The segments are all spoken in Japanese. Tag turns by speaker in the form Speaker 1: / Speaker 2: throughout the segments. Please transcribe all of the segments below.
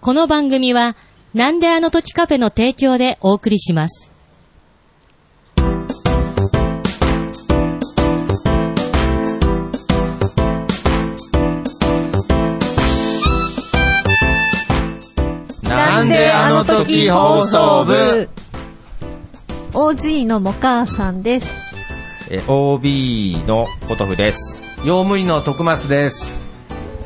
Speaker 1: この番組は、なんであの時カフェの提供でお送りします。
Speaker 2: なんであの時放送部
Speaker 3: OG のモカーさんです。
Speaker 4: えー OB のポトフです。
Speaker 2: 用務員の徳増です。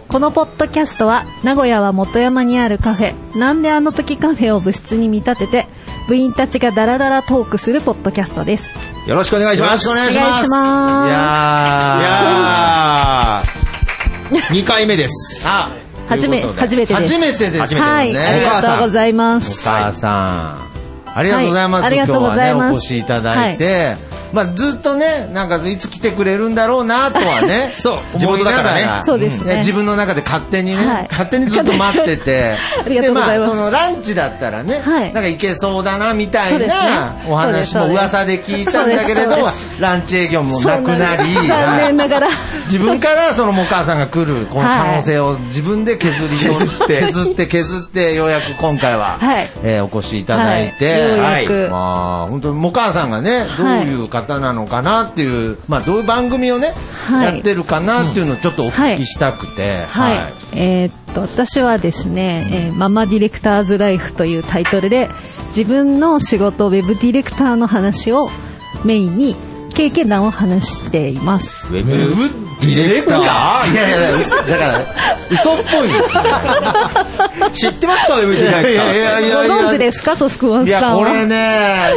Speaker 3: このポッドキャストは名古屋は元山にあるカフェなんであの時カフェを部室に見立てて部員たちがダラダラトークするポッドキャストです
Speaker 4: よろしくお願いします。
Speaker 2: よろしくお願い
Speaker 3: お願いし
Speaker 2: い
Speaker 3: ま
Speaker 2: やー。
Speaker 4: やー、2回目です。
Speaker 2: あ、
Speaker 3: す初め
Speaker 4: ということで
Speaker 3: 初めてです
Speaker 2: 初めてですよね。
Speaker 3: はいありがとうございま
Speaker 2: お
Speaker 3: す
Speaker 2: 母さん。ありがとうございます。
Speaker 3: はいありがとうございま
Speaker 2: 今日
Speaker 3: す
Speaker 2: はね、お越しいただいて。まあ、ずっとね、なんかいつ来てくれるんだろうなとは ね。
Speaker 4: そう
Speaker 2: 思いなが
Speaker 4: 地元だからね
Speaker 3: そうですね
Speaker 2: ん自分の中で勝手にね、
Speaker 3: はい。
Speaker 2: 勝手にずっと待ってて
Speaker 3: ありがとうございます
Speaker 2: で、まあ、そのランチだったらね、
Speaker 3: はい
Speaker 2: なんか行けそうだなみた
Speaker 3: そう
Speaker 2: い
Speaker 3: ですね
Speaker 2: なお
Speaker 3: そうで
Speaker 2: 話
Speaker 3: すそう
Speaker 2: も
Speaker 3: です
Speaker 2: 噂で聞いたんだけれど
Speaker 3: そうですそう、
Speaker 2: ランチ営業もなくなり、
Speaker 3: そうなんです残念ながら
Speaker 2: 自分からそのお母さんが来 るこの可能性を自分で削り取って、削って削ってようやく今回は、
Speaker 3: はい
Speaker 2: えーお越しいただいて、
Speaker 3: はいようやく
Speaker 2: まあ本当にお母さんがねどういう方なのかなっていう、まあどういう番組をね、
Speaker 3: はい
Speaker 2: やってるかなっていうのをちょっとお聞きしたくて、
Speaker 3: はい、えーっと私はですね、えーママディレクターズライフというタイトルで自分の仕事ウェブディレクターの話をメインに経験談を話しています
Speaker 4: ウェ
Speaker 2: ウェブディレクターいやいやいや、嘘だから、嘘っぽいですよ。
Speaker 4: 知ってますかウェブディレクター。
Speaker 2: や
Speaker 3: ご存知ですかトスクワン
Speaker 2: い
Speaker 3: さ
Speaker 2: や、
Speaker 3: ん
Speaker 2: こ
Speaker 3: は
Speaker 2: れね、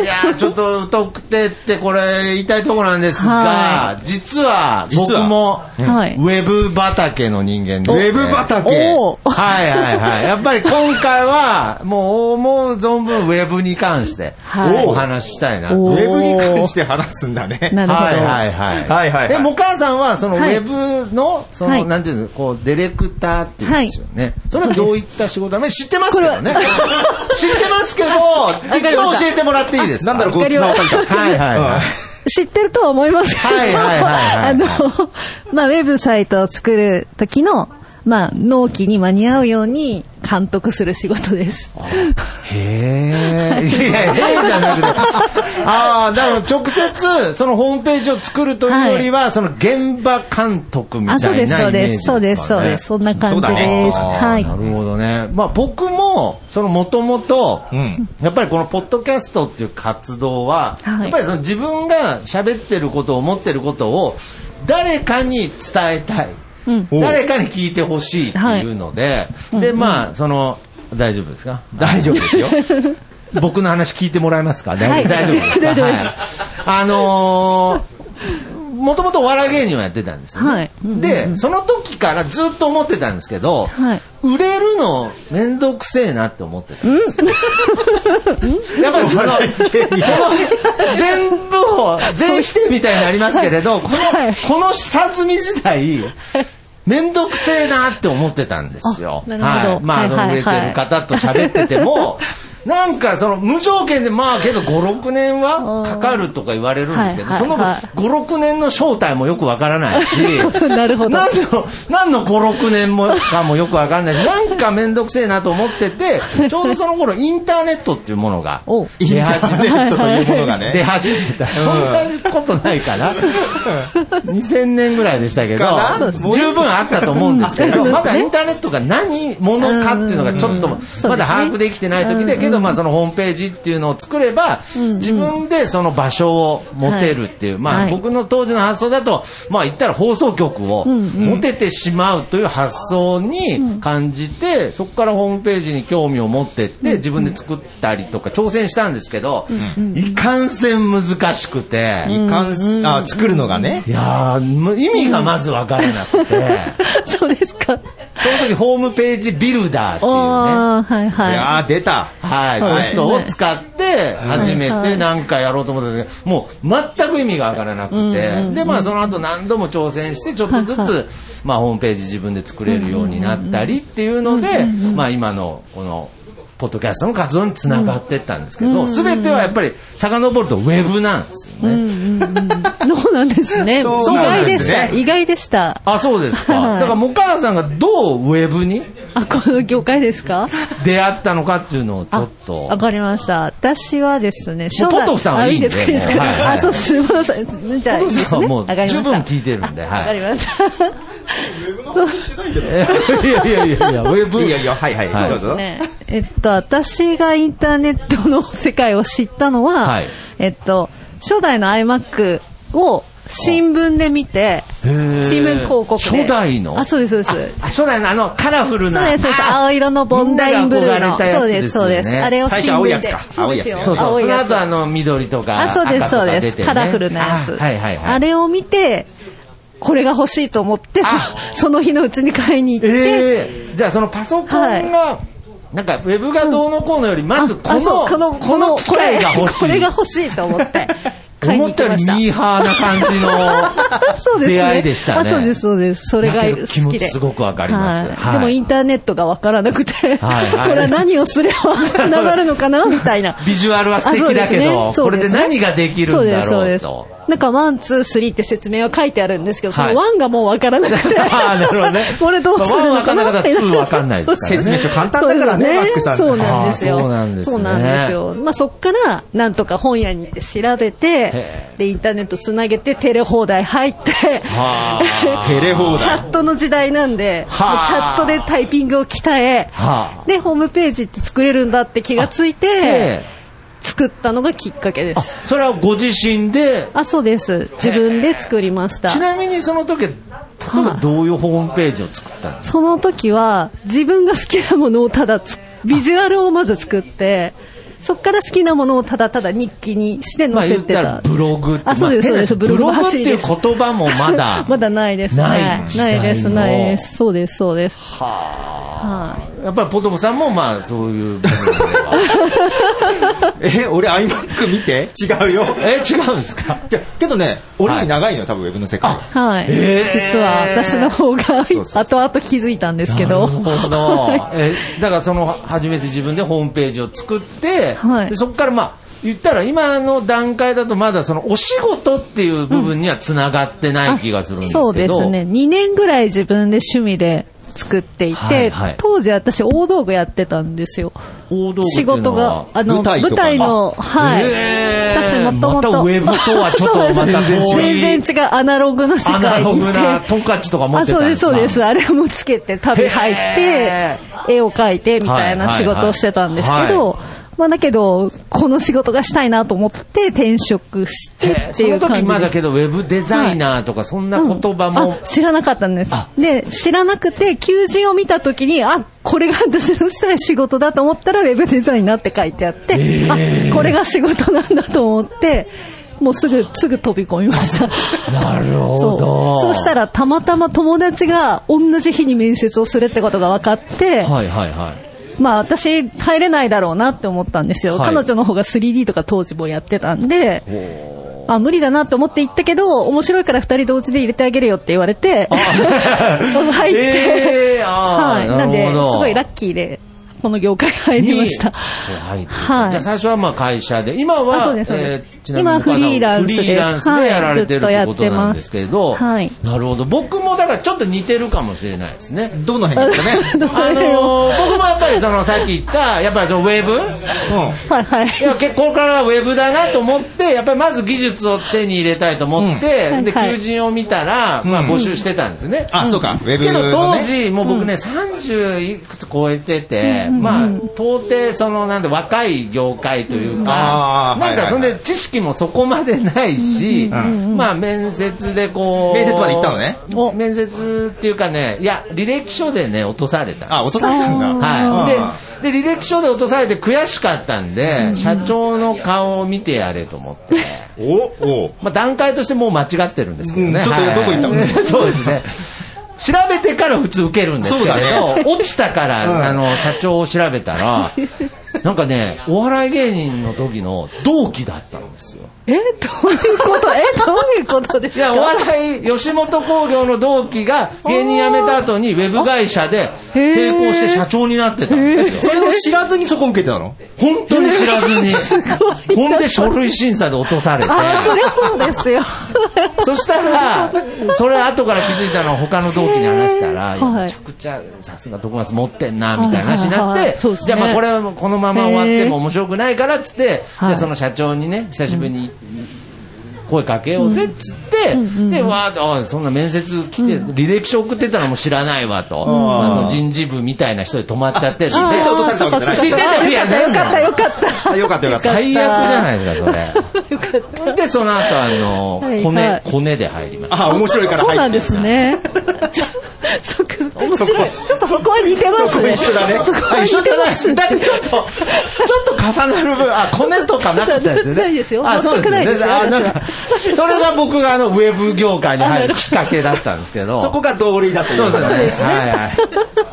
Speaker 2: いや、ちょっと疎くてってこれ言いたいところなんですが
Speaker 3: は、
Speaker 2: 実は僕
Speaker 4: 実は
Speaker 2: も、
Speaker 3: はい
Speaker 2: ウェブ畑の人間で
Speaker 4: ウ
Speaker 2: すね。
Speaker 4: ェブ畑。
Speaker 3: おお
Speaker 2: はいはいはい。やっぱり今回は、もう思う存分ウェブに関して
Speaker 3: はい
Speaker 2: お話ししたいな。
Speaker 4: ウ
Speaker 3: お
Speaker 4: ェブに関して話すんだね。
Speaker 3: なるほど、
Speaker 2: はいはいはい。
Speaker 4: はいはいはい
Speaker 2: で、もお母さんは、そのウ
Speaker 3: はい
Speaker 2: ェブの、その、
Speaker 3: はい
Speaker 2: なんていうの、こう、ディレクターっていうんですよね。それはどういった仕事だね知ってますけどね。 知ってます けど、
Speaker 3: りま
Speaker 2: 一
Speaker 3: した
Speaker 2: 応教えてもらっていいですか
Speaker 4: なんだろう、このつながった。
Speaker 2: はいはいはい
Speaker 3: 知ってるとは思いますけど、
Speaker 2: はいはいはいはい
Speaker 3: あの、まあ、ウェブサイトを作る時の、まあ、納期に間に合うように監督する仕事です。
Speaker 2: へえ。いや、へえじゃな くて。ああ、だから直接、そのホームページを作るというよりは、その現場監督みたいな
Speaker 3: あ、そうです、そう
Speaker 2: イメージ
Speaker 3: です、そうです、
Speaker 2: か
Speaker 3: そう
Speaker 2: ね
Speaker 3: です、そんな感じ
Speaker 4: そうだ
Speaker 3: で
Speaker 4: ね
Speaker 3: す。
Speaker 4: そうだね
Speaker 3: はい
Speaker 2: な。るほどね。まあ僕も、そのもともと
Speaker 4: うん、
Speaker 2: やっぱりこのポッドキャストっていう活動は、
Speaker 3: はい
Speaker 2: やっぱりその自分が喋ってること、思ってることを、誰かに伝えたい。
Speaker 3: うん。
Speaker 2: 誰かに聞いてほしいっていうので、で、まあ、その、大丈夫ですか
Speaker 4: 大丈夫 ですよ。
Speaker 2: 僕の話聞いてもらえますか
Speaker 3: は
Speaker 2: 大
Speaker 3: い
Speaker 2: 大丈夫ですか
Speaker 3: 大丈夫です
Speaker 2: はいあのー、もともとお笑い芸人をやってたんですよね、
Speaker 3: はい
Speaker 2: で、その時からずっと思ってたんですけど、
Speaker 3: はい
Speaker 2: 売れるのめんどくせえなって思ってたんですよ。 やっぱりその、この全部を、全否定みたいになりますけれど、この、
Speaker 3: はい
Speaker 2: この下積み自体、めんどくせえなって思ってたんですよ。
Speaker 3: あなるほど
Speaker 2: はい、ま
Speaker 3: は
Speaker 2: あ、
Speaker 3: い
Speaker 2: そ
Speaker 3: はい
Speaker 2: の売
Speaker 3: は
Speaker 2: れ
Speaker 3: い
Speaker 2: てる方と喋ってても、なんかその無条件で、まあけど5、6年はかかるとか言われるんですけど、
Speaker 3: はい
Speaker 2: その
Speaker 3: はい
Speaker 2: 5、6年の正体もよくわからないし、
Speaker 3: なるほど
Speaker 2: なんの、何の5、6年もかもよくわかんないし、なんかめんどくせえなと思って て、ちょうどその頃インターネットっていうものが
Speaker 3: お
Speaker 4: イン
Speaker 2: 出
Speaker 4: タ
Speaker 2: 始
Speaker 4: ー
Speaker 2: め
Speaker 4: ネットというものが
Speaker 2: 出
Speaker 4: ね。
Speaker 2: 始めた。そんなにことないかな。2000年ぐらいでしたけど
Speaker 4: かなそうで、すね
Speaker 2: 十分あったと思うんですけど、
Speaker 3: うん
Speaker 2: まだインターネットが何者かっていうのがちょっと、まだ把握できてない時だけど、まあそのホームページっていうのを作れば、自分でその場所を持てるっていう、ま
Speaker 3: は
Speaker 2: あ
Speaker 3: い
Speaker 2: 僕の当時の発想だと、まあ言ったら放送局を持ててしまうという発想に感じて、そこからホームページに興味を持ってって、自分で作ったりとか挑戦したんですけど、いかんせん難しくて、
Speaker 4: いかんす、あ、作るのがね
Speaker 2: い。やーむ意味がまず分からなくて、
Speaker 3: そうですか。
Speaker 2: その時ホームページビルダーって
Speaker 3: お
Speaker 2: いうね、
Speaker 3: ー、はい
Speaker 4: い
Speaker 3: は
Speaker 4: やー、出た。
Speaker 2: はい、
Speaker 4: はい
Speaker 2: ソフトを使って初めてなんかやろうと思ったんですけど、もう全く意味が分からなくて、で、まあその後何度も挑戦して、ちょっとずつ、まあホームページ自分で作れるようになったりっていうので、まあ今のこの、ポッドキャストの活動につながってったんですけど、すべてはやっぱり遡るとウェブなんですよね。
Speaker 3: い。そうなんですね。意
Speaker 4: そう
Speaker 2: なん
Speaker 3: 外
Speaker 2: で
Speaker 3: ですし
Speaker 4: ね
Speaker 3: た。意外でした。
Speaker 2: あ、そうですか。
Speaker 3: はい
Speaker 2: だから、もうお母さんがどうウェブに
Speaker 3: あこの業界ですか
Speaker 2: 出会ったのかっていうのをちょっと。
Speaker 3: わかりました。私はですね、
Speaker 2: もうポトフさんはいいんで
Speaker 3: あいいですかいいです
Speaker 2: もう
Speaker 3: か、
Speaker 2: はいはい
Speaker 3: あ、そう、すみません。じゃあ、いいで
Speaker 2: ポト
Speaker 3: す
Speaker 2: フさん
Speaker 3: ね。
Speaker 2: はもう
Speaker 3: わかりました
Speaker 2: 十分聞いてるんで
Speaker 3: あ
Speaker 2: はい
Speaker 3: わかりました。
Speaker 2: いやいやいやいや、ウェブ。
Speaker 4: いいよいいよ、はいはい、
Speaker 2: はい
Speaker 4: どうぞ。
Speaker 3: ね、えっと、私がインターネットの世界を知ったのは、
Speaker 2: はい
Speaker 3: えっと、初代の iMac を新聞で見て、新
Speaker 2: ー
Speaker 3: 聞広告で。
Speaker 2: 初代の
Speaker 3: あ、そうです、そうです。
Speaker 2: あそうだよね、あの、カラフル
Speaker 3: そう
Speaker 2: な。
Speaker 3: です、そうです。青色のボンダインブルー
Speaker 2: みんなが
Speaker 3: の。
Speaker 2: 憧れたや
Speaker 3: そう
Speaker 2: つ
Speaker 3: です、そうです。
Speaker 2: ね
Speaker 3: あれを新
Speaker 4: 最初青いや
Speaker 3: 聞
Speaker 4: つ
Speaker 3: で
Speaker 4: か。青いやつ
Speaker 2: そう
Speaker 4: ね。
Speaker 2: そう。
Speaker 3: 青
Speaker 2: そ
Speaker 3: い
Speaker 2: の
Speaker 3: やつ
Speaker 2: 後あの、緑とか。
Speaker 3: あ、そうです、
Speaker 2: 赤と
Speaker 3: そ
Speaker 2: か
Speaker 3: うで
Speaker 2: 出
Speaker 3: す。
Speaker 2: てね
Speaker 3: カラフルなやつ。
Speaker 2: あはいはいはい。
Speaker 3: あれを見て、これが欲しいと思って、そその日のうちに買いに行って、
Speaker 2: ええじゃあそのパソコンが、
Speaker 3: は
Speaker 2: なんかウェブがどうのこうのより、まずこ
Speaker 3: あ
Speaker 2: の、
Speaker 3: そうこの、
Speaker 2: この機械が欲しい。
Speaker 3: これが 欲しいと思って、買いに
Speaker 2: 思
Speaker 3: 行
Speaker 2: っ
Speaker 3: き
Speaker 2: たよ
Speaker 3: ま
Speaker 2: り
Speaker 3: した。
Speaker 2: ミーハーな感じの
Speaker 3: そうですね
Speaker 2: 出会いでしたね。
Speaker 3: あそうです、そうです。それが
Speaker 2: だ
Speaker 3: 好
Speaker 2: け
Speaker 3: き
Speaker 2: ど
Speaker 3: で。
Speaker 2: 気持ちすごくわかります
Speaker 3: はい
Speaker 2: はい
Speaker 3: でもインターネットがわからなくて、
Speaker 2: はいはい
Speaker 3: これは何をすれば繋がるのかなみたいな。
Speaker 2: ビジュアルは素敵だけど、
Speaker 3: あそ
Speaker 2: こ
Speaker 3: う
Speaker 2: れ
Speaker 3: です
Speaker 2: で
Speaker 3: ね
Speaker 2: 何ができるんだ
Speaker 3: そう
Speaker 2: ろ
Speaker 3: で
Speaker 2: う
Speaker 3: す、そう
Speaker 2: と
Speaker 3: で。す。なんか、ワン、ツー、スリーって説明は書いてあるんですけど、そ
Speaker 2: は
Speaker 3: の
Speaker 2: い
Speaker 3: ワンがもうわからなく て。
Speaker 2: あーなるほどね
Speaker 3: これどうするのかな
Speaker 2: ワンわからなかったらツーわかんないですからね
Speaker 4: 説明書簡単だからねマックさん
Speaker 3: そうなんですよ。
Speaker 2: あーそうなんですね
Speaker 3: そうなんですよ。まあ、そっから、なんとか本屋に行って調べて
Speaker 2: え、
Speaker 3: で、インターネットつなげて、テレ放題入って、
Speaker 2: はあ
Speaker 4: テレ放
Speaker 3: チャ
Speaker 4: 題。
Speaker 3: ットの時代なんで、もうチ
Speaker 2: はあ
Speaker 3: ャットでタイピングを鍛え、
Speaker 2: はあ
Speaker 3: で、ホームページって作れるんだって気がつい
Speaker 2: え
Speaker 3: て
Speaker 2: え、
Speaker 3: 作ったのがきっかけで
Speaker 2: あ
Speaker 3: す。
Speaker 2: それはご自身で、
Speaker 3: あ、そうです。自分で作りました。
Speaker 2: ちなみにその時、例えばどういうホームページを作ったんですか
Speaker 3: その時は、自分が好きなものをただつ、ビジュアルをまず作って、そっから好きなものをただただ日記にして
Speaker 2: まあ
Speaker 3: 載
Speaker 2: 言
Speaker 3: せ
Speaker 2: ってた
Speaker 3: た。
Speaker 2: らブログって、
Speaker 3: あ、そうです、
Speaker 2: ま
Speaker 3: そう
Speaker 2: あ
Speaker 3: です。
Speaker 2: 変な
Speaker 3: ブログ
Speaker 2: ブログっ
Speaker 3: 走
Speaker 2: て
Speaker 3: り
Speaker 2: いう
Speaker 3: です。。
Speaker 2: 言葉もまだ
Speaker 3: まだないですね。
Speaker 2: ない時代
Speaker 3: ない
Speaker 2: の
Speaker 3: です、ないです。そうです、そうです。はあ。
Speaker 2: やっぱりポトフさんもまあそういう部分では。
Speaker 4: え、俺 iMac 見て違うよ。
Speaker 2: え、違うんですか
Speaker 4: じゃ、けどね、俺より長いのよ、多分ウェブの世界。
Speaker 3: はい。
Speaker 2: えー
Speaker 3: 実は私の方が
Speaker 4: そうそう
Speaker 3: 後々気づいたんですけど。
Speaker 2: なるほど。え、だからその、初めて自分でホームページを作って、
Speaker 3: はい
Speaker 2: でそこからまあ、言ったら今の段階だとまだそのお仕事っていう部分には繋がってない気がするんですけど。
Speaker 3: そうですね。。2年ぐらい自分で趣味で作っていて、
Speaker 2: はいはい
Speaker 3: 当時私大道具やってたんですよ。
Speaker 2: 大道具ってい
Speaker 3: 仕
Speaker 2: うのは
Speaker 3: 事が、あの、
Speaker 4: 舞
Speaker 3: 舞台
Speaker 4: 台とか
Speaker 3: の、はい。
Speaker 2: えー
Speaker 3: 私もともと。
Speaker 2: またウェブとはちょっと
Speaker 3: そうです
Speaker 2: また遠い
Speaker 3: 全然違う、アナログな世界にいて
Speaker 2: アナログなトンカチとか持ってたんですか
Speaker 3: あ、そうです、そうです。あれをつけて、旅入って
Speaker 2: へ、
Speaker 3: 絵を描いて、みたいな仕事をしてたんですけ
Speaker 2: はいはい
Speaker 3: ど、まあだけど、この仕事がしたいなと思って転職してって
Speaker 2: そ
Speaker 3: い
Speaker 2: の
Speaker 3: う感じです。
Speaker 2: 時まだけどウェブデザイナーとかそんな言葉も、
Speaker 3: あ知らなかったんです
Speaker 2: あ。
Speaker 3: で、知らなくて、求人を見たときに、あ、これが私のしたい仕事だと思ったら、ウェブデザイナーって書いてあって、あ、これが仕事なんだと思って、もうすぐ、すぐ飛び込み ました。
Speaker 2: なるほ
Speaker 3: そう
Speaker 2: ど。
Speaker 3: そうしたら、たまたま友達が同じ日に面接をするってことが分かって、
Speaker 2: はいはいはい。
Speaker 3: まあ私入れないだろうなって思ったんですよ。
Speaker 2: はい
Speaker 3: 彼女の方が 3D とか当時もやってたんで、あ、無理だなって思って行ったけど、面白いから二人同時で入れてあげるよって言われて、 入って、
Speaker 2: えーあ
Speaker 3: は
Speaker 2: ー
Speaker 3: い。なんで、
Speaker 2: な
Speaker 3: す
Speaker 2: るほど
Speaker 3: ごいラッキーで、この業界入りました。
Speaker 2: はい。
Speaker 3: はい
Speaker 2: じゃあ最初はまあ会社で、今
Speaker 3: あ
Speaker 2: は
Speaker 3: そう、ですそうです
Speaker 2: ーちなみに
Speaker 3: 今はフリーランスで
Speaker 2: フリーランスでやられてるってことなんですけど、
Speaker 3: はいずっとやってます
Speaker 2: なるほど。僕もだからちょっと似てるかもしれないです ね。
Speaker 4: どの辺ですかね。
Speaker 3: どう
Speaker 2: あのー僕もやっぱりそのさっき言った、やっぱりそのウェブ
Speaker 4: うん。
Speaker 3: はいはい。
Speaker 2: いや、結構これからウェブだなと思って、やっぱりまず技術を手に入れたいと思って、
Speaker 3: うん
Speaker 2: で、
Speaker 3: はいはい
Speaker 2: 求人を見たら、ま
Speaker 4: う
Speaker 2: あ
Speaker 4: ん
Speaker 2: 募集してたんですよね。
Speaker 4: あ、そうか、ウェブ
Speaker 2: け
Speaker 4: の、
Speaker 2: ど
Speaker 4: ね。
Speaker 2: 当時、もう僕ね、30いくつ超えてて、まあ、到底、その、なんで、若い業界というか、
Speaker 4: あー
Speaker 2: なんか、
Speaker 4: はい
Speaker 2: そ
Speaker 4: はい
Speaker 2: ん
Speaker 4: はい
Speaker 2: で、知識もそこまでないし、まあ、面接でこう、
Speaker 4: 面接まで行ったのね
Speaker 2: お面接っていうかね、いや、履歴書でね、落とされた。
Speaker 4: あ、落とされたんだ。
Speaker 2: は。い。で、で、履歴書で落とされて悔しかったんで、社長の顔を見てやれと思って。
Speaker 4: で、お、お。
Speaker 2: まあ、段階としてもう間違ってるんですけど
Speaker 4: うん
Speaker 2: ね。
Speaker 4: ちょっと
Speaker 2: はい
Speaker 4: どこ行ったの
Speaker 2: そうですね。調べてから普通受けるんですけれど、
Speaker 4: そうだね
Speaker 2: 落ちたから、
Speaker 4: うん
Speaker 2: あの、社長を調べた ら、なんかね、お笑い芸人の時の同期だったんですよ。
Speaker 3: え、どういう ことえ、どういうことです
Speaker 2: いや、
Speaker 3: か
Speaker 2: お笑い、吉本興業の同期が芸人辞めた後にウェブ会社で成功して社長になってたんですよ。
Speaker 4: それを知らずにそこ受けてたの
Speaker 2: 本当に知ら ずに。ほんで書類審査で落とされて。
Speaker 3: あ、そりゃそうですよ。
Speaker 2: そしたら、それ後から気づいたのは他の同同期に話したら、
Speaker 3: へー
Speaker 2: いや
Speaker 3: はい
Speaker 2: めちゃくちゃさすが毒ガス持ってんな、みたいな話になっ
Speaker 3: はいはいはい
Speaker 2: て、
Speaker 3: そうです
Speaker 2: じ
Speaker 3: ね
Speaker 2: ゃあまあこれはもうこのまま終わっても面白くないからっつって、
Speaker 3: はい
Speaker 2: でその社長にね、久しぶりに声かけようぜっつって、で、わーってあ、そんな面接来て、履歴書送ってたらもう知らないわと、まあその人事部みたいな人で止まっちゃってて、
Speaker 4: あ
Speaker 2: で
Speaker 4: 落とされたわけじ
Speaker 2: 知っ
Speaker 4: ゃない
Speaker 2: てたよ、いや、なん
Speaker 3: よかった
Speaker 2: だ
Speaker 3: よかった
Speaker 4: あよかったよかった。
Speaker 2: 最悪じゃないですか、それ。
Speaker 3: よかった
Speaker 2: で、その後、あの、
Speaker 3: はい
Speaker 2: 骨、
Speaker 3: はい
Speaker 2: 骨で入りました。
Speaker 4: あ、面白いから入って
Speaker 3: そうなんですね。ちょ そっか、面白い。ちょっとそこは似てますね。
Speaker 4: そこ一緒だね
Speaker 3: そこは
Speaker 2: あ
Speaker 3: 似
Speaker 2: 一緒じ
Speaker 3: て
Speaker 2: ゃない
Speaker 3: ま
Speaker 2: ですす。
Speaker 3: ね
Speaker 2: だってちょっと、ちょっと重なる分、あ、骨とかなかったですよね。
Speaker 3: ないですよ
Speaker 2: あ、そうです
Speaker 3: 全くないです
Speaker 2: ね。
Speaker 3: よ
Speaker 2: あ、
Speaker 3: 私
Speaker 2: な
Speaker 3: は
Speaker 2: んか、それが僕があの、ウェブ業界に入るきっかけだったんですけど。
Speaker 4: そこが同類だという。
Speaker 2: そうですね。
Speaker 4: ね。
Speaker 2: はいはい。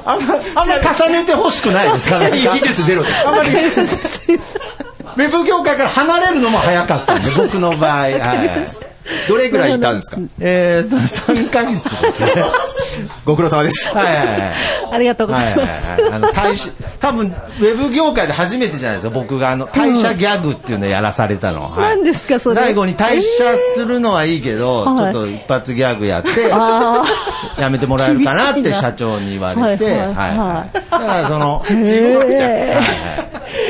Speaker 2: あんま、あんま重ねてほしくないですから、
Speaker 4: ちなみに技術ゼロです
Speaker 2: あんまり、ウェブ業界から離れるのも早かったんで、僕の場合。はいはい。
Speaker 4: どれぐらいいたんですか
Speaker 2: えーと、3ヶ月ですね。
Speaker 4: ご苦労様です。
Speaker 2: はいはいはい。
Speaker 3: ありがとうご
Speaker 2: は
Speaker 3: ざ
Speaker 2: い
Speaker 3: い
Speaker 2: はい
Speaker 3: ま
Speaker 2: はい。あの、退社、多分、ウェブ業界で初めてじゃないですか、僕が、あの、退社ギャグっていうのやらされたの。はい
Speaker 3: 何ですかそれ
Speaker 2: 最後に退社するのはいいけど、
Speaker 3: えー
Speaker 2: ちょっと一発ギャグやって、
Speaker 3: あ
Speaker 2: やめてもらえるかなって
Speaker 3: 厳しいな
Speaker 2: 社長に言われて、
Speaker 3: は
Speaker 2: はいい
Speaker 3: はい
Speaker 2: はい。だからその、
Speaker 3: す。
Speaker 4: 地獄じゃん
Speaker 3: へ
Speaker 2: はい
Speaker 3: ー
Speaker 2: はい。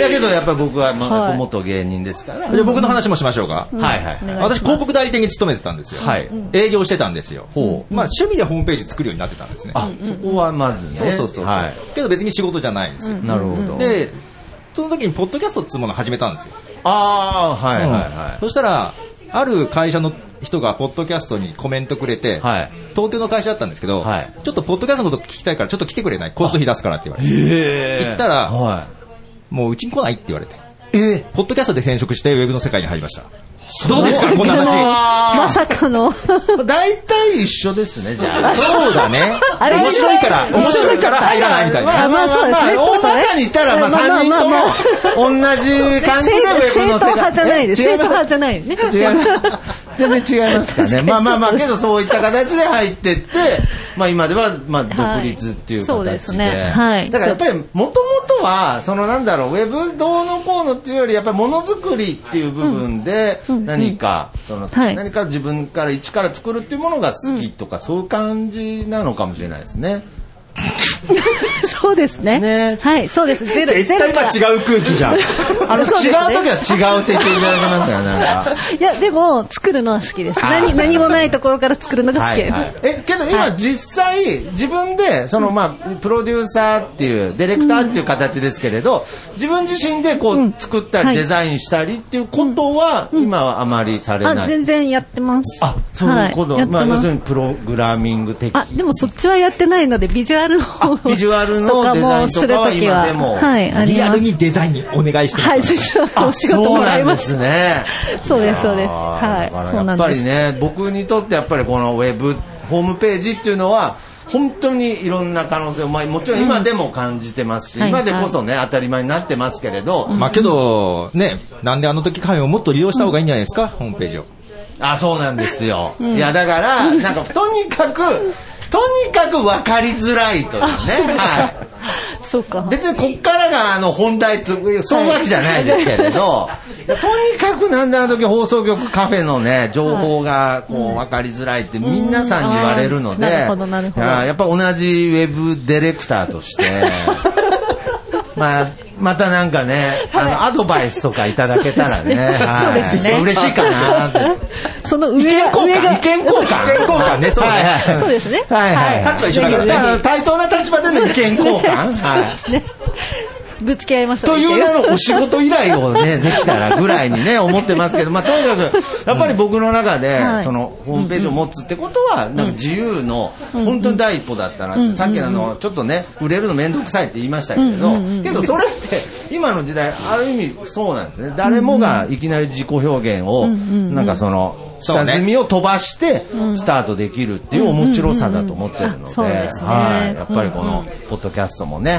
Speaker 2: だけどやっぱり僕は、まあ
Speaker 3: はい
Speaker 2: 元芸人ですから、
Speaker 4: じゃあ僕の話もしましょうか。
Speaker 2: はいはいはい。
Speaker 4: 私、広告代理店に勤めてたんですよ。
Speaker 2: はい
Speaker 4: 営業してたんですよ。
Speaker 2: ほ
Speaker 4: まあ、趣味でホームページ作るようになってたんですね。
Speaker 2: あ、そこはまずね。
Speaker 4: そうそうそうそう。
Speaker 2: は
Speaker 4: けど別に仕事じゃないんですよ。
Speaker 2: い。なるほど。
Speaker 4: で、その時にポッドキャストっつうものを始めたんですよ。
Speaker 2: ああ、はいはいは
Speaker 4: そしたら、ある会社の人がポッドキャストにコメントくれて、
Speaker 2: はい
Speaker 4: 東京の会社だったんですけど、
Speaker 2: はい
Speaker 4: ちょっとポッドキャストのこと聞きたいからちょっと来てくれないコスト費出すからって言われて、
Speaker 2: い。へ
Speaker 4: 行ったら
Speaker 2: は
Speaker 4: もううちに来ないって言われて、
Speaker 2: い。え
Speaker 4: ポッドキャストで転職してウェブの世界に入りました。どうですかこんな
Speaker 3: でも
Speaker 4: 話。
Speaker 3: まさかの。
Speaker 2: 大体一緒ですね、じゃあ。
Speaker 4: そうだね。
Speaker 3: あれ
Speaker 4: 面白いから、面白いから入らないみたい
Speaker 3: まあ
Speaker 4: な。
Speaker 3: まあそうですねちょっと
Speaker 2: 大ま
Speaker 3: ね
Speaker 2: かに言ったら、まあ、
Speaker 3: まあまあ
Speaker 2: 3人と
Speaker 3: まあま
Speaker 2: も同じ感じで
Speaker 3: 正
Speaker 2: ウェブ
Speaker 3: 正
Speaker 2: の世界
Speaker 3: 統派じゃないです。
Speaker 2: え違
Speaker 3: 正
Speaker 2: いま
Speaker 3: 統派じゃないね。
Speaker 2: 違います。 全然違いますかね。まあまあまあ、けどそういった形で入ってって、まあ今では、まあ
Speaker 3: はい
Speaker 2: 独立っていう形で。
Speaker 3: そうですねはい
Speaker 2: だからやっぱり、もともとは、そのなんだろう、ウェブどうのこうのっていうより、やっぱりものづくりっていう部分で、
Speaker 3: うんうん
Speaker 2: 何か、その、
Speaker 3: はい
Speaker 2: 何か自分から一から作るっていうものが好きとか、そういう感じなのかもしれないですね。
Speaker 3: そうですね。
Speaker 2: ね
Speaker 3: はい、そうです。ゼロ、
Speaker 4: 絶
Speaker 3: ゼロ
Speaker 4: 対
Speaker 3: か
Speaker 4: 今
Speaker 3: ら。
Speaker 4: 違う空気じゃん。
Speaker 2: あの、違う
Speaker 3: そうです
Speaker 2: 時
Speaker 3: ね
Speaker 2: は違うって言っていただきますよ、なんか。
Speaker 3: いや、でも、作るのは好きです。
Speaker 2: あー
Speaker 3: 何、何もないところから作るのが好きです。
Speaker 2: えけど今実際自分でそのまあプロデューサーっていうディレクターっていう形ですけれど自分自身でこう作った
Speaker 3: はい
Speaker 2: りデザインしたりっていうことは今はあまりされ
Speaker 3: あ、
Speaker 2: な
Speaker 3: 全
Speaker 2: い。
Speaker 3: 然やってます。
Speaker 2: あそういうこと、
Speaker 3: はい、やって
Speaker 2: まあ
Speaker 3: ま
Speaker 2: 要す
Speaker 3: す
Speaker 2: るにプログラミング的。
Speaker 3: あ、でもそっちはやってないので、ビジュアルを。
Speaker 2: ビジュアルのデザインとかは
Speaker 3: と
Speaker 2: 今でも
Speaker 3: はい、あり
Speaker 4: リア
Speaker 3: ま
Speaker 4: ル
Speaker 3: す。
Speaker 4: にデザインにお願いして
Speaker 3: はい、
Speaker 4: ます。
Speaker 3: 実はお仕事
Speaker 2: そう
Speaker 3: もら
Speaker 2: ないんで
Speaker 3: まし
Speaker 2: すね。
Speaker 3: た。 そうです、そうです。
Speaker 2: あー
Speaker 3: はい、
Speaker 2: だ
Speaker 3: そ
Speaker 2: か
Speaker 3: う
Speaker 2: らや
Speaker 3: なん
Speaker 2: っぱ
Speaker 3: で
Speaker 2: り
Speaker 3: す。
Speaker 2: ね、僕にとってやっぱりこのウェブ、ホームページっていうのは、本当にいろんな可能性を、まあ、もちろん今でも感じてますし、
Speaker 3: はい
Speaker 2: 今でこそね、当たり前になってますけれど、
Speaker 4: まあけど、ね、なんであの時カフェをもっと利用した方がいいんじゃないですか、ホームページを。
Speaker 2: あ、そうなんですよ。いや、だから、なんか、とにかく、とにかく分かりづらい というね。はい。
Speaker 3: そうか。
Speaker 2: 別にこっからがあの本題と、そういうわけじゃないですけれ ど、とにかくなんであの時放送局カフェのね、情報がこう分かりづらいって皆さんに言われるので、
Speaker 3: うんあーなるほどなるほど
Speaker 2: いややっぱ同じウェブディレクターと して、まあ、またなんかね、あの、アドバイスとかいただけたらね、
Speaker 3: そう
Speaker 2: はい
Speaker 3: ですね。
Speaker 2: 嬉しいかなって。
Speaker 3: その
Speaker 2: 意見
Speaker 3: 上が、
Speaker 2: 交
Speaker 3: 上が
Speaker 2: 換、意見交換。
Speaker 4: 意見交換ねそうね
Speaker 2: はいはいはい
Speaker 3: そうですね
Speaker 2: はいはい
Speaker 4: は
Speaker 2: はいい。
Speaker 4: 立場一緒だからね
Speaker 2: 対等な立場での意見交換。はい。
Speaker 3: ね。ぶつけ合いましたね。
Speaker 2: という名のお仕事依頼を ね、できたらぐらいにね、思ってますけど、まあ、とにかく、やっぱり僕の中で
Speaker 3: はい、
Speaker 2: その、ホームページを持つってことは、なんか自由の、本当に第一歩だったなって、さっきあの、ちょっとね、売れるの面倒くさいって言いましたけれど、けどそれって、今の時代、ある意味そうなんですね。誰もがいきなり自己表現を、なんかその、
Speaker 4: そう
Speaker 2: 下
Speaker 4: ね
Speaker 2: 積みを飛ばして、スタートできるっていう面白さだと思ってる
Speaker 3: うんうんうんあ
Speaker 2: ので、
Speaker 3: そうですね
Speaker 2: はい。やっぱりこの、ポッドキャストもね、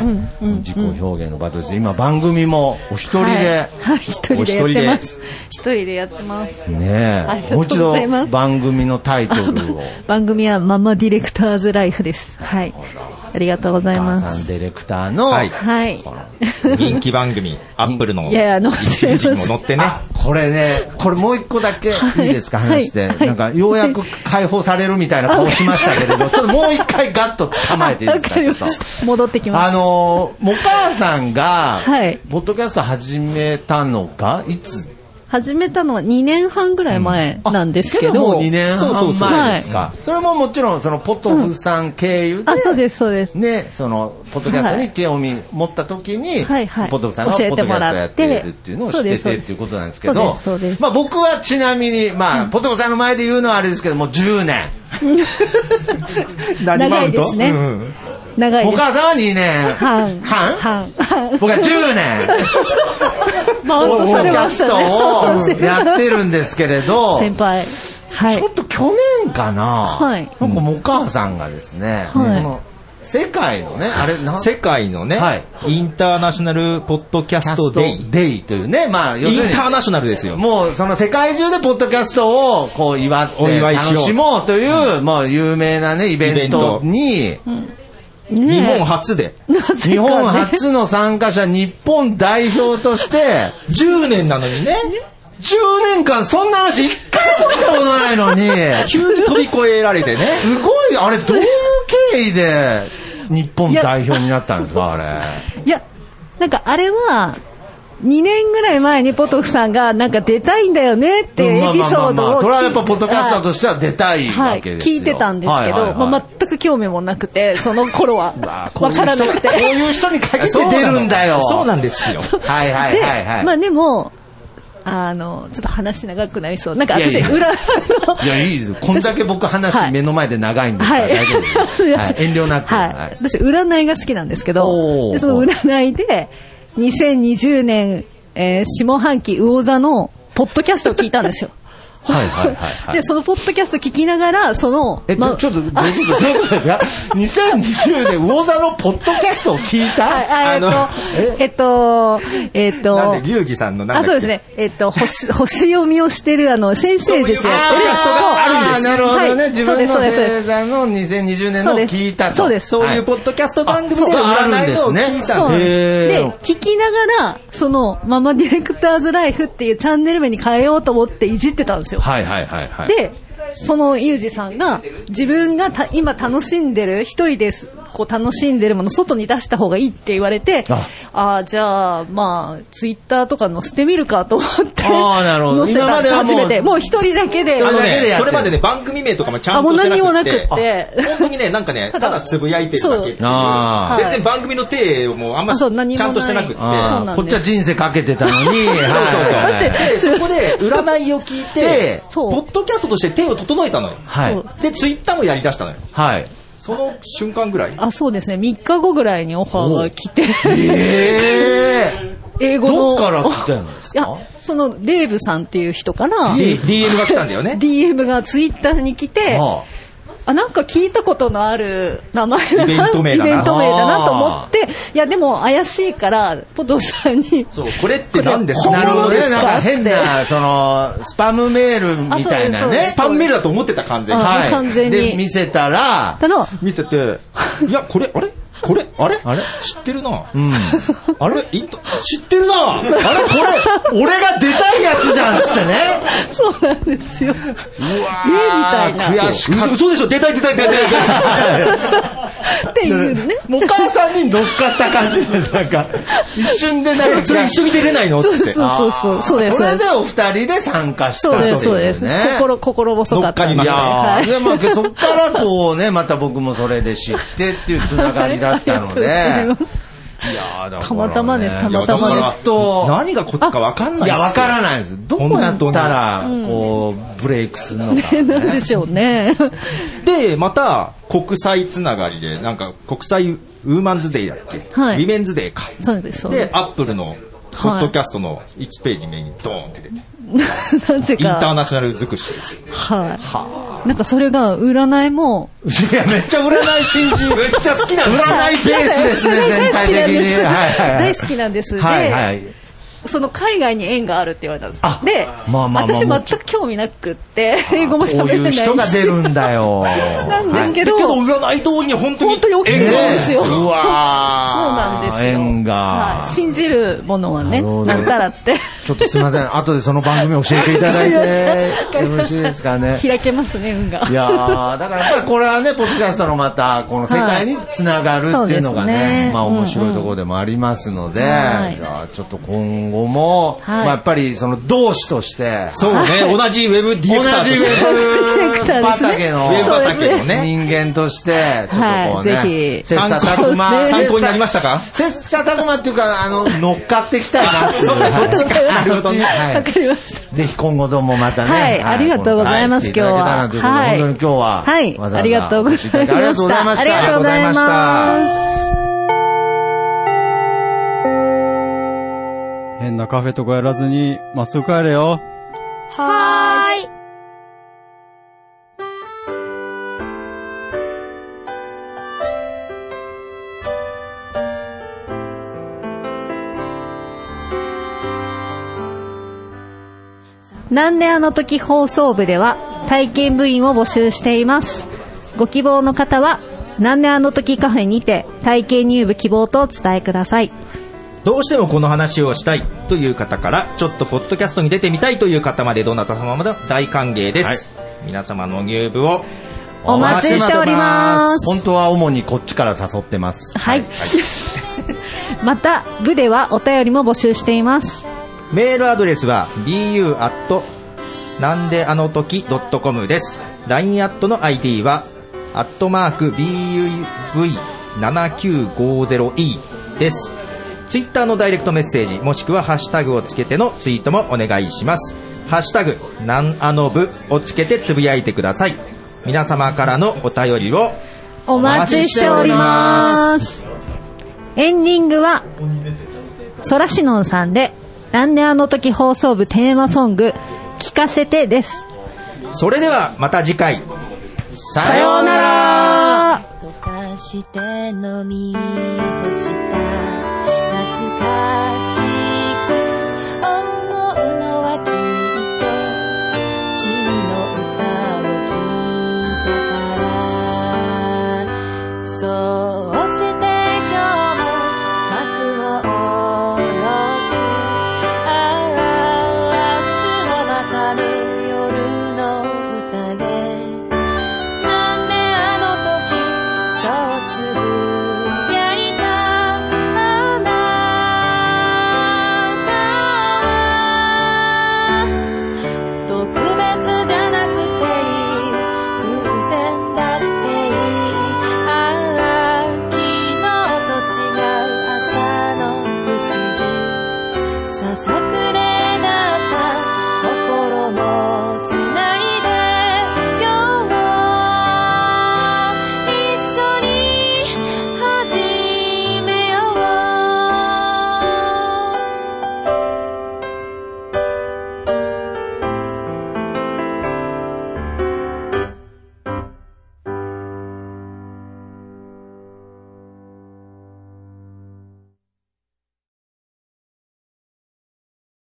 Speaker 2: 自己表現の場として、今番組もお一人で、
Speaker 3: はい、はい一人でやってます。一人でやってます。あり
Speaker 2: ね
Speaker 3: が
Speaker 2: え、
Speaker 3: とう
Speaker 2: もう
Speaker 3: ご
Speaker 2: 一度
Speaker 3: ざいます
Speaker 2: 番組のタイトルを。
Speaker 3: 番組はママディレクターズライフです。はい。ありがとうござい
Speaker 2: 母
Speaker 3: ま
Speaker 2: さん
Speaker 3: す。
Speaker 2: ディレクターの、
Speaker 4: はい
Speaker 3: はい。
Speaker 2: この
Speaker 4: 人気番組、アップルの
Speaker 3: いやいや載ってます
Speaker 4: 一時も載ってね。
Speaker 2: これね、これもう一個だけいいですか、
Speaker 3: はい
Speaker 2: 話して。
Speaker 3: はい
Speaker 2: なんか、ようやく解放されるみたいな顔しましたけ れど、ちょっともう一回ガッと捕まえていいですか、ちょっと。
Speaker 3: た。戻ってきま
Speaker 2: あ
Speaker 3: す。
Speaker 2: のー、もかあさんが、
Speaker 3: はい
Speaker 2: ポッドキャスト始めたのかいつ
Speaker 3: 始めたのは2年半ぐらい前なんですけど。
Speaker 2: もう2年
Speaker 3: そうそう
Speaker 2: 半
Speaker 3: そう
Speaker 2: 前ですか。それももちろん、その、ポトフさん経由で、
Speaker 3: あ、そうです、そうです。
Speaker 2: ね、その、ポッドキャストに興味持った時に、
Speaker 3: はいはい
Speaker 2: ポッドキャストさんがポ
Speaker 3: 教
Speaker 2: ッ
Speaker 3: え
Speaker 2: ド
Speaker 3: て
Speaker 2: キャ
Speaker 3: も
Speaker 2: ストや
Speaker 3: ら
Speaker 2: っ
Speaker 3: って
Speaker 2: てるっていうのを知っ
Speaker 3: そう
Speaker 2: て
Speaker 3: ですそう
Speaker 2: てっ
Speaker 3: です
Speaker 2: ていうことなんですけど
Speaker 3: そうですそうで、す
Speaker 2: まあ僕はちなみに、まあ、ポッドキャストさんの前で言うのはあれですけども、10年。
Speaker 3: 長いですね
Speaker 4: うんうん
Speaker 3: 長い
Speaker 2: お
Speaker 3: です。
Speaker 2: 母さんは2年
Speaker 3: 半。
Speaker 2: 半
Speaker 3: 半。半。
Speaker 2: 僕は10年、
Speaker 3: マウン
Speaker 2: ポッ
Speaker 3: ト
Speaker 2: ド
Speaker 3: さ
Speaker 2: キ
Speaker 3: れま
Speaker 2: ャ
Speaker 3: し
Speaker 2: ス
Speaker 3: た
Speaker 2: トを
Speaker 3: ね。
Speaker 2: やってるんですけれど、
Speaker 3: 先輩。は
Speaker 2: ち
Speaker 3: い
Speaker 2: ょ。っと去年かな、
Speaker 3: はい
Speaker 2: なんかもうお母さんがですね、
Speaker 3: は
Speaker 2: こ
Speaker 3: い
Speaker 2: の世界のね、あ れ、なん
Speaker 4: 世界のね、
Speaker 2: はい
Speaker 4: インターナショナルポッドキャ
Speaker 2: キャ
Speaker 4: ス
Speaker 2: ス
Speaker 4: ト
Speaker 2: ト
Speaker 4: デ
Speaker 2: デ
Speaker 4: イ。イ
Speaker 2: イ
Speaker 4: ン
Speaker 2: というね、まあ、
Speaker 4: タ
Speaker 2: 要するに、
Speaker 4: ーナショナルですよ。
Speaker 2: もうその世界中でポッドキャストをこう祝って
Speaker 4: お祝い
Speaker 2: 楽
Speaker 4: しよう
Speaker 2: しもうという、もう有名なね、イベントに、
Speaker 4: 日
Speaker 3: ね
Speaker 4: 本初で。
Speaker 2: 日本初の参加者、日本代表として、
Speaker 4: 10年なのにね、
Speaker 2: 10年間そんな話一回もしたことない のに、
Speaker 4: 急に飛び越えられてね。
Speaker 2: すごい、あれどういう経緯で日本代表になったんですか、あれ。
Speaker 3: えいや、なんかあれは、2年ぐらい前にポトフさんがなんか出たいんだよねっていうエピソードを聞い
Speaker 2: まあまあまあまあ
Speaker 3: て。
Speaker 2: それはやっぱポッドキャスターとしては出たい
Speaker 3: は
Speaker 2: わ
Speaker 3: い、
Speaker 2: けですよ。
Speaker 3: 聞いてたんですけ
Speaker 2: はいはい
Speaker 3: ど、
Speaker 2: はい
Speaker 3: まあ、全く興味もなくて、その頃 は、わからなくて。
Speaker 2: こういう人に限って出るんだよ。
Speaker 4: そうなんですよ。
Speaker 2: はいはいはいはい。
Speaker 3: で、まあでも、あの、ちょっと話長くなりそう。なんか
Speaker 2: いやい
Speaker 3: 私、
Speaker 2: や
Speaker 3: 裏、あの
Speaker 2: いや、いいですよ。こんだけ僕
Speaker 3: は
Speaker 2: 話
Speaker 3: い
Speaker 2: 目の前で長いんですか
Speaker 3: は
Speaker 2: ら
Speaker 3: い。
Speaker 2: 大丈夫です
Speaker 3: すいま
Speaker 2: は
Speaker 3: せ
Speaker 2: い
Speaker 3: ん。
Speaker 2: 遠慮なく。
Speaker 3: は
Speaker 2: はいい。
Speaker 3: 私、占いが好きなんですけど、
Speaker 2: おー
Speaker 3: でその占いで、2020年、えー下半期魚座の、ポッドキャストを聞いたんですよ。
Speaker 2: はいはい はいはい
Speaker 3: で、そのポッドキャスト聞きながら、その、
Speaker 2: えっ
Speaker 3: ま
Speaker 2: と、ちょっと、どういうことどういうことですか ?2020 年、魚座のポッドキャストを聞いた
Speaker 3: はいあえっと、えっと、
Speaker 4: な
Speaker 3: え
Speaker 4: ん
Speaker 3: っと、
Speaker 4: で、リュウジさんのなん
Speaker 3: あ、そう
Speaker 4: だっ
Speaker 3: で
Speaker 4: け
Speaker 3: すね。えっと、 星、星読みをしてる、あの、先生術をやってる。
Speaker 4: そういうポッドキャストがあるんです
Speaker 2: なるほどね。自
Speaker 3: そう
Speaker 2: 分
Speaker 3: で
Speaker 2: の
Speaker 3: すそうですそうで
Speaker 2: 星座の2020年のを聞いたと。
Speaker 3: そうです
Speaker 4: そういうポ
Speaker 2: ッ
Speaker 4: ッドキャスト番組
Speaker 2: ド
Speaker 4: で
Speaker 2: キャストがあ
Speaker 4: は
Speaker 2: るん
Speaker 4: 占い
Speaker 2: で
Speaker 4: の
Speaker 2: す
Speaker 4: を
Speaker 2: ね。
Speaker 4: 聞いた
Speaker 3: そうなんです
Speaker 2: へ
Speaker 3: で
Speaker 2: ー、
Speaker 3: 聞きながら、その、ママディレクターズライフっていうチャンネル名に変えようと思っていじってたんですよ。
Speaker 2: はいはいはいはい。
Speaker 3: で、そのユージさんが、自分がた今楽しんでる、一人です、こう楽しんでるもの外に出した方がいいって言われて、
Speaker 2: あ
Speaker 3: ああー、じゃあ、まあ、ツイッターとか載せてみるかと思って、
Speaker 2: あーなるほど
Speaker 3: 載せたんです
Speaker 2: 今まではもう
Speaker 3: 初めて。もう一人だけで。
Speaker 2: 一
Speaker 4: あ
Speaker 2: 人
Speaker 4: の
Speaker 2: だけで
Speaker 4: ね、
Speaker 2: やってる
Speaker 4: それまでね、番組名とかもちゃ
Speaker 3: あ、
Speaker 4: ん
Speaker 3: もう
Speaker 4: として
Speaker 3: 何にもな
Speaker 4: な
Speaker 3: く
Speaker 4: くて
Speaker 3: っ。て。
Speaker 4: 本当にね、なんかね、
Speaker 3: た
Speaker 4: た
Speaker 3: だ
Speaker 4: だつぶやいてるだけっていう
Speaker 3: そう
Speaker 2: あー
Speaker 4: 全然番組の体もあんま
Speaker 3: あ
Speaker 4: ちゃ
Speaker 3: そう何もない
Speaker 4: んとしてなくって。
Speaker 2: あ
Speaker 3: そう
Speaker 2: ー
Speaker 3: なん
Speaker 2: こ
Speaker 3: です
Speaker 2: っちは人生かけてた のに、はいはいはい。
Speaker 4: で、そこで占いを聞いて、
Speaker 3: そう
Speaker 4: ポッドキャストとして手を整えたのよ。
Speaker 2: はい
Speaker 3: そう
Speaker 4: で、ツイッターもやり出したのよ。
Speaker 2: はい。
Speaker 4: その瞬間ぐらい。
Speaker 3: あ、そうですね。3日後ぐらいにオファーが来て、
Speaker 2: ええ
Speaker 3: 英語の。
Speaker 2: どっから来たんですか
Speaker 3: いや、その、デーブさんっていう人から、
Speaker 4: D- DM が来たんだ よね。
Speaker 3: DM がツイッターに来て、
Speaker 2: は
Speaker 3: あ、なんか聞いたことのある名前だな、
Speaker 4: イベント名だな
Speaker 3: イベント名だなと思って、いや、でも怪しいから、ポトフさんに、
Speaker 4: そう、これって何です
Speaker 2: あ
Speaker 4: か
Speaker 2: なるほど
Speaker 3: 本物で
Speaker 2: ね。
Speaker 3: す
Speaker 2: な
Speaker 3: か
Speaker 2: んか変な、その、スパムメールみたいな
Speaker 3: あそうです
Speaker 2: ね
Speaker 4: ス。パンメールだと思ってた完全に
Speaker 3: あ。
Speaker 2: はい。
Speaker 3: 完全に
Speaker 2: で、見せたら、
Speaker 3: たの、
Speaker 4: 見てて、いや、これ、あれこれ、あれ
Speaker 2: あれ
Speaker 4: 知ってるな。
Speaker 2: うん。
Speaker 4: あれインタ知ってるなあ れ
Speaker 2: あれこれ、俺が出たいやつじゃんっつってね。
Speaker 3: そうなんですよ。
Speaker 2: うわ
Speaker 3: えみたいな
Speaker 2: 悔しかっ
Speaker 4: 嘘でしょ出たい出たい出たい出たい
Speaker 3: っていうね。
Speaker 2: た。 もうお母さんに乗っかった感じで、なんか、一瞬でなんか、
Speaker 4: それ一緒に出れないの
Speaker 3: そう
Speaker 4: つって。
Speaker 3: そうそう、そうで
Speaker 2: そ
Speaker 3: す。そう
Speaker 2: れ
Speaker 3: で
Speaker 2: ですお二人で参加した
Speaker 3: そう
Speaker 2: って
Speaker 3: です、
Speaker 2: こと
Speaker 3: そうで
Speaker 2: よね
Speaker 3: す。心、心細かったんで。
Speaker 4: 乗っかりま
Speaker 2: い
Speaker 4: したね
Speaker 2: や
Speaker 3: は
Speaker 2: ー
Speaker 3: い。
Speaker 2: で、まあ、そっからこうね、また僕もそれで知ってっていうつながりだったので。い
Speaker 3: ありが
Speaker 2: や
Speaker 3: とうござい
Speaker 2: ーだからね
Speaker 3: たまたまですた
Speaker 4: いや
Speaker 3: またまです
Speaker 4: だ
Speaker 2: ずっ
Speaker 4: から
Speaker 2: と
Speaker 4: 何がこっちかわかんないいっ
Speaker 2: や、
Speaker 4: すよ
Speaker 2: わからないです。どうやったら、こう、ブレイクするのか、
Speaker 3: す。なんでしょうね。
Speaker 4: で、また、国際つながりで、なんか、国際ウーマンズデイだっけ、
Speaker 3: はい
Speaker 4: ウィメンズデイか。
Speaker 3: そうです、そう
Speaker 4: で
Speaker 3: で、
Speaker 4: アップルの、ポッドキャストの1ページ目にドーンって出て、イン
Speaker 3: す。 なぜ
Speaker 4: ター
Speaker 3: か、
Speaker 4: ナショナル尽くしですよ。
Speaker 3: はい。なんかそれが、占いも、
Speaker 2: いや、めっちゃ占い新人。
Speaker 4: めっちゃ好きなん
Speaker 2: 占
Speaker 4: ですよ。
Speaker 2: いベースですね、全体的に。はいはいはい。
Speaker 3: 大好きなんです。
Speaker 2: はい
Speaker 3: で
Speaker 2: はい。
Speaker 3: その海外に縁があるって言われたんですよ
Speaker 2: あ
Speaker 3: で、
Speaker 2: まあまあまあ
Speaker 3: 私
Speaker 2: もう
Speaker 3: 全く興味なくって英語も
Speaker 2: こ
Speaker 3: 喋
Speaker 2: う
Speaker 3: れ
Speaker 2: い
Speaker 3: な
Speaker 2: う
Speaker 3: いし
Speaker 2: 人が出るんだよ。
Speaker 3: なんですけ
Speaker 4: け
Speaker 3: ど、
Speaker 4: ど占い通りに本当に
Speaker 3: 本当に起きてるんですよ。
Speaker 2: ねえうわ
Speaker 3: そうなんですよ。
Speaker 2: 縁が
Speaker 3: はい、信じるものはね、
Speaker 2: なるほど
Speaker 3: なんたらって。
Speaker 2: ちょっとすみません、 後でその番組教えていただいて、よろしいですかね。
Speaker 3: 開けますね、運が。
Speaker 2: いやーだからやっぱりこれはね、ポッドキャストのまた、この世界につながるっていうのがね、
Speaker 3: はいそうですね
Speaker 2: まあ面白いところでもありますので、
Speaker 3: はい
Speaker 2: じゃあちょっと今後も、
Speaker 3: は
Speaker 2: ま
Speaker 3: い
Speaker 2: あやっぱりその同志として、
Speaker 4: そうね、同じウェブディレ
Speaker 2: 同
Speaker 4: クターと
Speaker 2: じウ
Speaker 4: し
Speaker 2: ェブ
Speaker 3: ク
Speaker 4: て
Speaker 3: ターですね
Speaker 2: 畑の
Speaker 4: ウェブ畑のね
Speaker 2: 人間として、ちょっとこうね、
Speaker 3: はいぜひ
Speaker 2: 切磋琢磨、
Speaker 3: 参考
Speaker 4: 参考になりましたか
Speaker 2: 切磋琢磨っていうか、あの、乗っかっていきたいなっていう。
Speaker 4: あそうか そっちか
Speaker 2: はい
Speaker 4: なるほどね
Speaker 2: はい
Speaker 3: わかりました。
Speaker 2: ぜひ今後ともまたね。
Speaker 3: はいありがとうございます
Speaker 2: この場に来ていただけたらということで本当
Speaker 3: は
Speaker 2: に今
Speaker 3: い
Speaker 2: 日は。わざわざ
Speaker 3: ありがとうございまし
Speaker 2: お越しい
Speaker 3: た
Speaker 2: ただきありがとうございました。
Speaker 3: ありがとうございます
Speaker 2: ありがとうございました
Speaker 5: 変なカフェとかやらずに、まっすぐ帰れよ。
Speaker 6: はーい。
Speaker 3: なんであの時放送部では体験部員を募集しています。ご希望の方は、なんであの時カフェにて体験入部希望とお伝えください。
Speaker 4: どうしてもこの話をしたいという方から、ちょっとポッドキャストに出てみたいという方まで、どなた様まで大歓迎です。皆様の入部を
Speaker 3: お待ちしております
Speaker 2: 本当は主にこっちから誘ってます。
Speaker 3: はい。 また、部ではお便りも募集しています。
Speaker 4: メールアドレスは bu なんであの時 .com です。LINE アットの ID は、アットマーク buv7950e です。ツイッターのダイレクトメッセージ、もしくはハッシュタグをつけてのツイートもお願いします。ハッシュタグ、なんあの部をつけてつぶやいてください。皆様からのお便りを
Speaker 3: お待ちしております。エンディングは、ソラシノンさんで、なんであの時放送部テーマソング、聞かせてです。
Speaker 4: それではまた次回。
Speaker 2: さようなら
Speaker 6: 溶かして飲み干した懐か